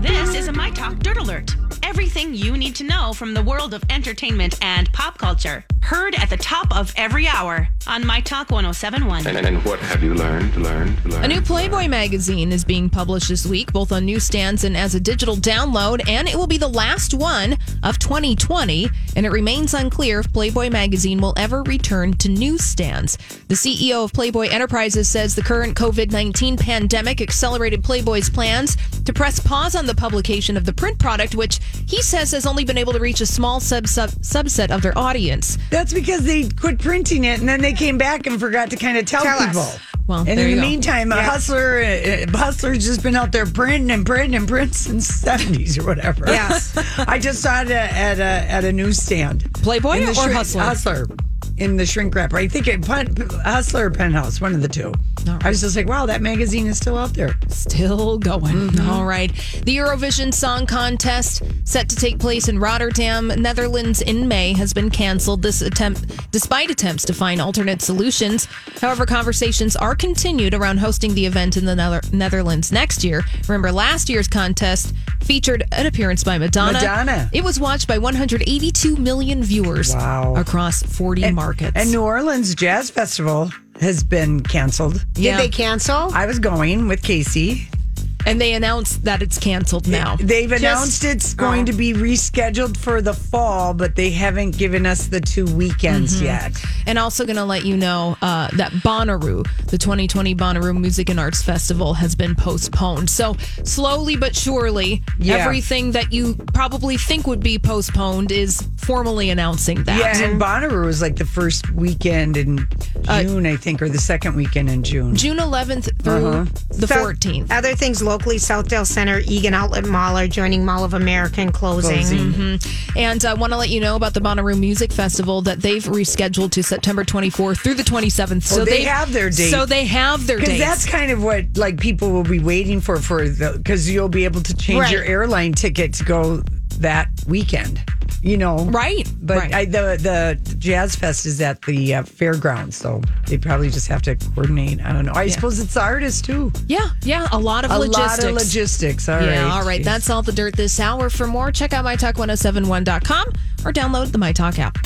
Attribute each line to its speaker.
Speaker 1: This is a My Talk Dirt Alert. Everything you need to know from the world of entertainment and pop culture. Heard at the top of every hour on My Talk 1071.
Speaker 2: And, and what have you learned? Learned? Learned?
Speaker 3: A new Playboy magazine is being published this week, both on newsstands and as a digital download, and it will be the last one of 2020. And it remains unclear if Playboy magazine will ever return to newsstands. The CEO of Playboy Enterprises says the current COVID 19 pandemic accelerated Playboy's plans to press pause on the publication of the print product, which he says has only been able to reach a small sub- sub- subset of their audience.
Speaker 4: That's because they quit printing it and then they came back and forgot to kind of tell,
Speaker 5: Tell us.
Speaker 4: people.
Speaker 3: Well,
Speaker 4: and
Speaker 3: there
Speaker 4: in
Speaker 3: you
Speaker 4: the
Speaker 3: go.
Speaker 4: meantime, a hustler, uh, uh, hustler's just been out there printing and printing and printing since seventies or whatever.
Speaker 5: Yes.
Speaker 4: I just saw it at a at a newsstand.
Speaker 3: Playboy
Speaker 4: In the
Speaker 3: or
Speaker 4: shrink-
Speaker 3: Hustler?
Speaker 4: Hustler. In the shrink wrapper, I think it pen, Hustler or Penthouse, one of the two. I was just like, wow, that magazine is still out there.
Speaker 3: Still going.
Speaker 4: Mm-hmm.
Speaker 3: All right. The Eurovision Song Contest, set to take place in Rotterdam, Netherlands in May, has been canceled this attempt despite attempts to find alternate solutions. However, conversations are continued around hosting the event in the Nether- Netherlands next year. Remember last year's contest featured an appearance by Madonna.
Speaker 4: Madonna.
Speaker 3: It was watched by 182 million viewers
Speaker 4: Wow.
Speaker 3: across 40 markets.
Speaker 4: And New Orleans Jazz Festival has been canceled.
Speaker 3: Yeah.
Speaker 5: Did they cancel?
Speaker 4: I was going with Casey.
Speaker 3: and they announced that it's canceled now.
Speaker 4: They've announced it's going to be rescheduled for the fall, but they haven't given us the two weekends yet.
Speaker 3: And also going to let you know uh, that Bonnaroo, the 2020 Bonnaroo Music and Arts Festival, has been postponed. So slowly but surely,
Speaker 4: Yeah.
Speaker 3: everything that you probably think would be postponed is formally announcing that.
Speaker 4: Yeah, and Bonnaroo is like the first weekend in June, I think, or the second weekend in June.
Speaker 3: June 11th through
Speaker 4: Uh-huh.
Speaker 3: the
Speaker 5: So,
Speaker 3: 14th.
Speaker 4: uh,
Speaker 5: Other things locally, Southdale Center, Egan Outlet Mall are joining Mall of America and closing.
Speaker 3: And I want to let you know about the Bonnaroo Music Festival that they've rescheduled to September 24th through the 27th. So
Speaker 4: Oh, they have their date.
Speaker 3: So they have their
Speaker 4: Because
Speaker 3: dates.
Speaker 4: that's kind of what like people will be waiting for for the because you'll be able to change
Speaker 5: Right.
Speaker 4: your airline ticket to go that weekend. You know,
Speaker 3: Right,
Speaker 4: But
Speaker 3: right.
Speaker 4: I, the the Jazz Fest is at the uh, fairgrounds, so they probably just have to coordinate. I don't know. I suppose it's the artists too.
Speaker 3: yeah, yeah, a lot of
Speaker 4: A
Speaker 3: logistics.
Speaker 4: lot of logistics. All right.
Speaker 3: yeah, all right.
Speaker 4: Jeez.
Speaker 3: That's oh all the dirt this hour. For more, check out mytalk1071.com or download the My Talk app.